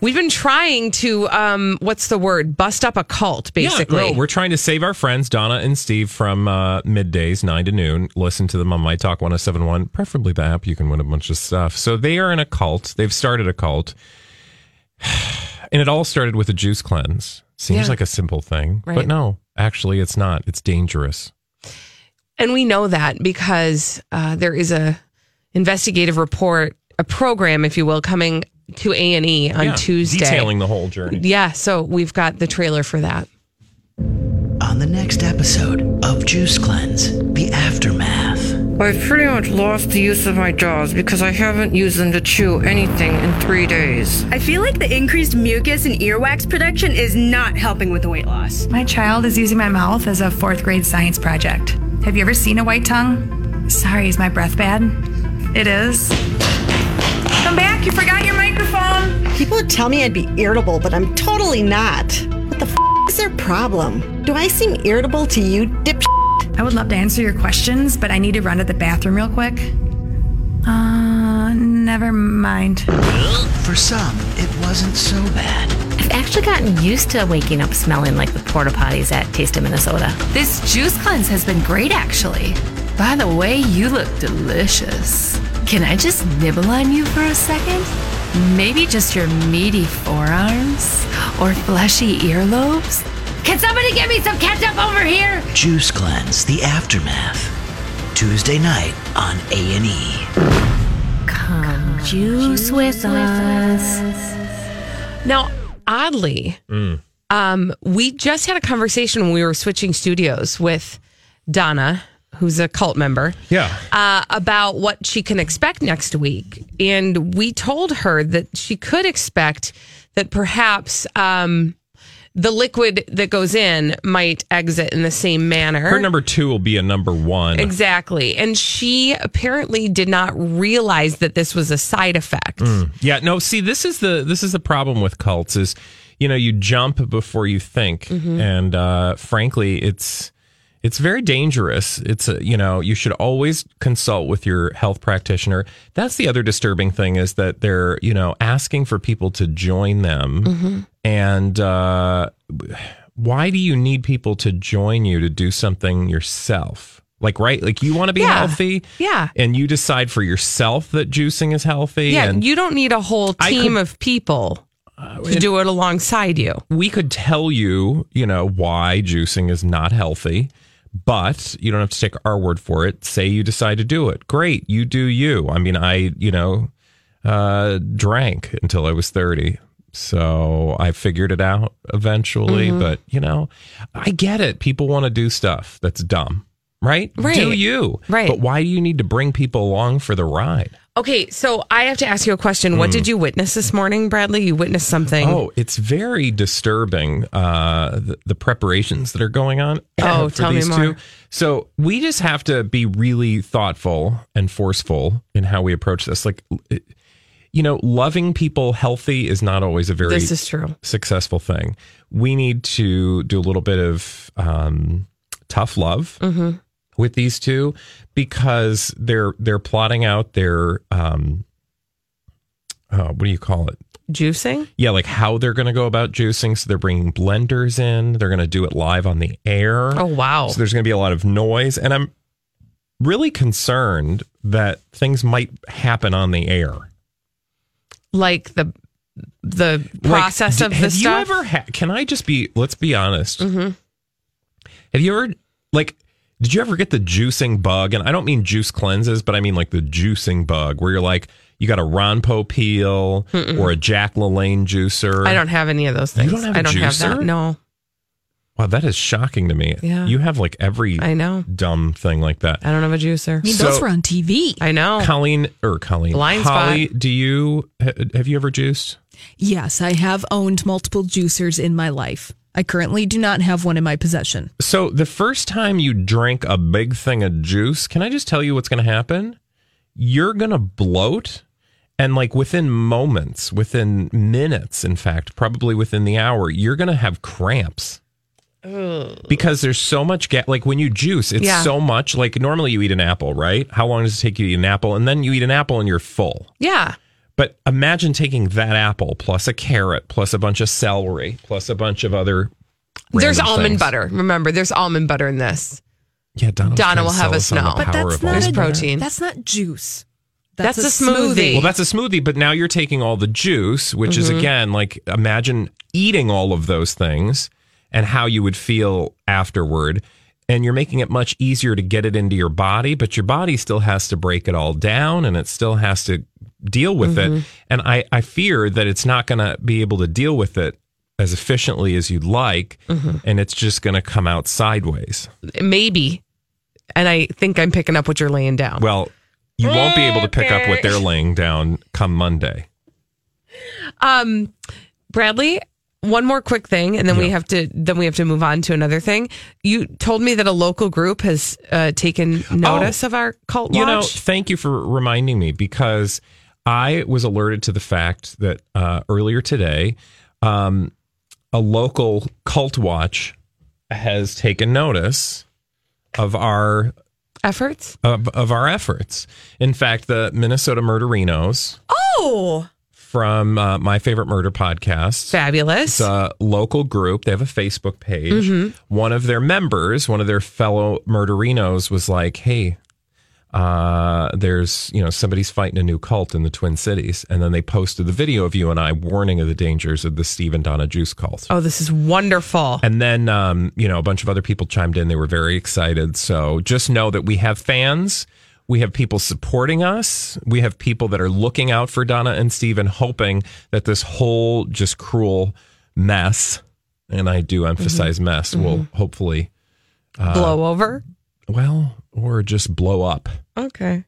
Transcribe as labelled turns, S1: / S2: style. S1: We've been trying to, um, what's the word? Bust up a cult, basically.
S2: Yeah, no, we're trying to save our friends, Donna and Steve, from uh, middays, 9 to noon. Listen to them on My Talk 1071, preferably the app. You can win a bunch of stuff. So they are in a cult. They've started a cult. And it all started with a juice cleanse. Seems
S1: Yeah.
S2: like a simple thing,
S1: Right.
S2: but no, actually, it's not. It's dangerous.
S1: and we know that because uh, there is a investigative report, a program, if you will, coming to A and E on
S2: Yeah,
S1: Tuesday.
S2: Detailing the whole journey.
S1: Yeah, so we've got the trailer for that.
S3: On the next episode of Juice Cleanse, the aftermath.
S4: I've pretty much lost the use of my jaws because I haven't used them to chew anything in three days.
S5: I feel like the increased mucus and earwax production is not helping with the weight loss.
S6: My child is using my mouth as a fourth grade science project. Have you ever seen a white tongue? Sorry, is my breath bad? It is. Come back, you forgot your microphone.
S7: People would tell me I'd be irritable, but I'm totally not. What the f is their problem? Do I seem irritable to you, dip?
S6: I would love to answer your questions, but I need to run to the bathroom real quick. Uh, never mind.
S3: For some, it wasn't so bad.
S8: I've actually gotten used to waking up smelling like the porta potties at Taste of Minnesota.
S6: This juice cleanse has been great, actually. By the way, you look delicious. Can I just nibble on you for a second? Maybe just your meaty forearms or fleshy earlobes? Can somebody get me some ketchup over here?
S3: Juice Cleanse, the aftermath. Tuesday night on E. A&E.
S8: Come juice with us.
S1: Now, oddly,
S2: Mm.
S1: um, we just had a conversation when we were switching studios with Donna, who's a cult member.
S2: Yeah.
S1: uh, about what she can expect next week. And we told her that she could expect that perhaps um, the liquid that goes in might exit in the same manner.
S2: Her number two will be a number one.
S1: exactly. And she apparently did not realize that this was a side effect.
S2: Mm. Yeah, no, see this is the this is the problem with cults is you know, you jump before you think
S1: Mm-hmm.
S2: and uh frankly it's it's very dangerous. It's a, you know, you should always consult with your health practitioner. That's the other disturbing thing is that they're, you know, asking for people to join them
S1: Mm-hmm.
S2: and uh why do you need people to join you to do something yourself? Like right, like you want to be
S1: Yeah.
S2: healthy,
S1: Yeah.
S2: and you decide for yourself that juicing is healthy.
S1: Yeah,
S2: and
S1: you don't need a whole
S2: I
S1: team
S2: could- Uh,
S1: of people to do it alongside you.
S2: we could tell you, you know, why juicing is not healthy, but you don't have to take our word for it. Say you decide to do it. Great. You do you. I mean, I, you know, uh, drank until I was 30. So I figured it out eventually.
S1: Mm-hmm.
S2: But, you know, I get it. People want to do stuff that's dumb, right?
S1: Right.
S2: Do you.
S1: Right.
S2: But why do you need to bring people along for the ride?
S1: Okay, so I have to ask you a question. What did you witness this morning, Bradley? You witnessed something.
S2: Mm. Oh, it's very disturbing. Uh, the, the preparations that are going on.
S1: Oh,
S2: for
S1: tell me
S2: these
S1: more.
S2: Two. So we just have to be really thoughtful and forceful in how we approach this. Like, it- you know, loving people healthy is not always a very
S1: this is true.
S2: successful thing. We need to do a little bit of um, tough love
S1: Mm-hmm.
S2: with these two because they're they're plotting out their um, uh, what do you call it?
S1: Juicing?
S2: yeah, like how they're going to go about juicing. So they're bringing blenders in. They're going to do it live on the air.
S1: Oh, wow.
S2: So there's going to be a lot of noise, and I'm really concerned that things might happen on the air.
S1: like the the process
S2: d-
S1: of the
S2: have
S1: stuff. Mm-hmm.
S2: You ever ha- can I just be? Let's be honest. Have you ever like? Did you ever get the juicing bug? And I don't mean juice cleanses, but I mean like the juicing bug, where you're like you got a Ronpo peel
S1: Mm-mm.
S2: or a Jack Lalanne juicer.
S1: I don't have any of those
S2: You
S1: things.
S2: don't have a
S1: I don't have
S2: juicer?
S1: that. No,
S2: Wow, that is shocking to me.
S1: Yeah.
S2: you have like every
S1: I know.
S2: dumb thing like that.
S1: I don't have a juicer.
S2: mean, those So- were
S1: on TV. I know.
S2: Colleen or Colleen,
S1: Oh. Blind spot.
S2: Holly, do you ha- have you ever juiced?
S9: Yes, I have owned multiple juicers in my life. I currently do not have one in my possession.
S2: So the first time you drink a big thing of juice, can I just tell you what's going to happen? You're going to bloat and like within moments, within minutes in fact, probably within the hour, you're going to have cramps because there's so much gas. Like when you juice, it's
S1: Yeah.
S2: so much. Like normally you eat an apple, right? How long does it take you to eat an apple? And then you eat an apple and you're full.
S1: Yeah.
S2: But imagine taking that apple plus a carrot plus a bunch of celery plus a bunch of other.
S1: There's
S2: random
S1: almond
S2: things.
S1: butter. Remember, there's almond butter in this.
S2: Yeah, Donna.
S1: Donna will have us know. But that's not There's
S9: a-
S1: protein.
S9: That's not juice.
S1: That's a smoothie.
S2: Well, that's a smoothie, but now you're taking all the juice, which is
S1: Mhm.
S2: again like imagine eating all of those things and how you would feel afterward. And you're making it much easier to get it into your body, but your body still has to break it all down and it still has to deal with
S1: Mm-hmm.
S2: it. And I, I fear that it's not going to be able to deal with it as efficiently as you'd like.
S1: Mm-hmm.
S2: And it's just going to come out sideways.
S1: Maybe. And I think I'm picking up what you're laying down.
S2: Well, you won't be able to pick up what they're laying down come Monday.
S1: Um, Bradley, one more quick thing, and then we have to then we have to move on to another thing. You told me that a local group has uh, taken notice of our cult
S2: Oh. You know,
S1: lodge.
S2: thank you for reminding me because I was alerted to the fact that uh, earlier today, um, a local cult watch has taken notice of our
S1: Efforts.
S2: of, of our efforts. In fact, the Minnesota Murderinos
S1: Oh,
S2: from uh, my favorite murder podcast.
S1: fabulous!
S2: It's a local group. They have a Facebook page.
S1: Mhm.
S2: One of their members, one of their fellow murderinos, was like, "Hey, uh, there's you know somebody's fighting a new cult in the Twin Cities," and then they posted the video of you and I warning of the dangers of the Steve and Donna Juice cult.
S1: oh, this is wonderful.
S2: And then, um, you know, a bunch of other people chimed in. They were very excited. So just know that we have fans. We have people supporting us. We have people that are looking out for Donna and Steve and hoping that this whole just cruel mess, and I do emphasize mess, will hopefully,
S1: Blow over.
S2: well, or just blow up.
S1: Okay.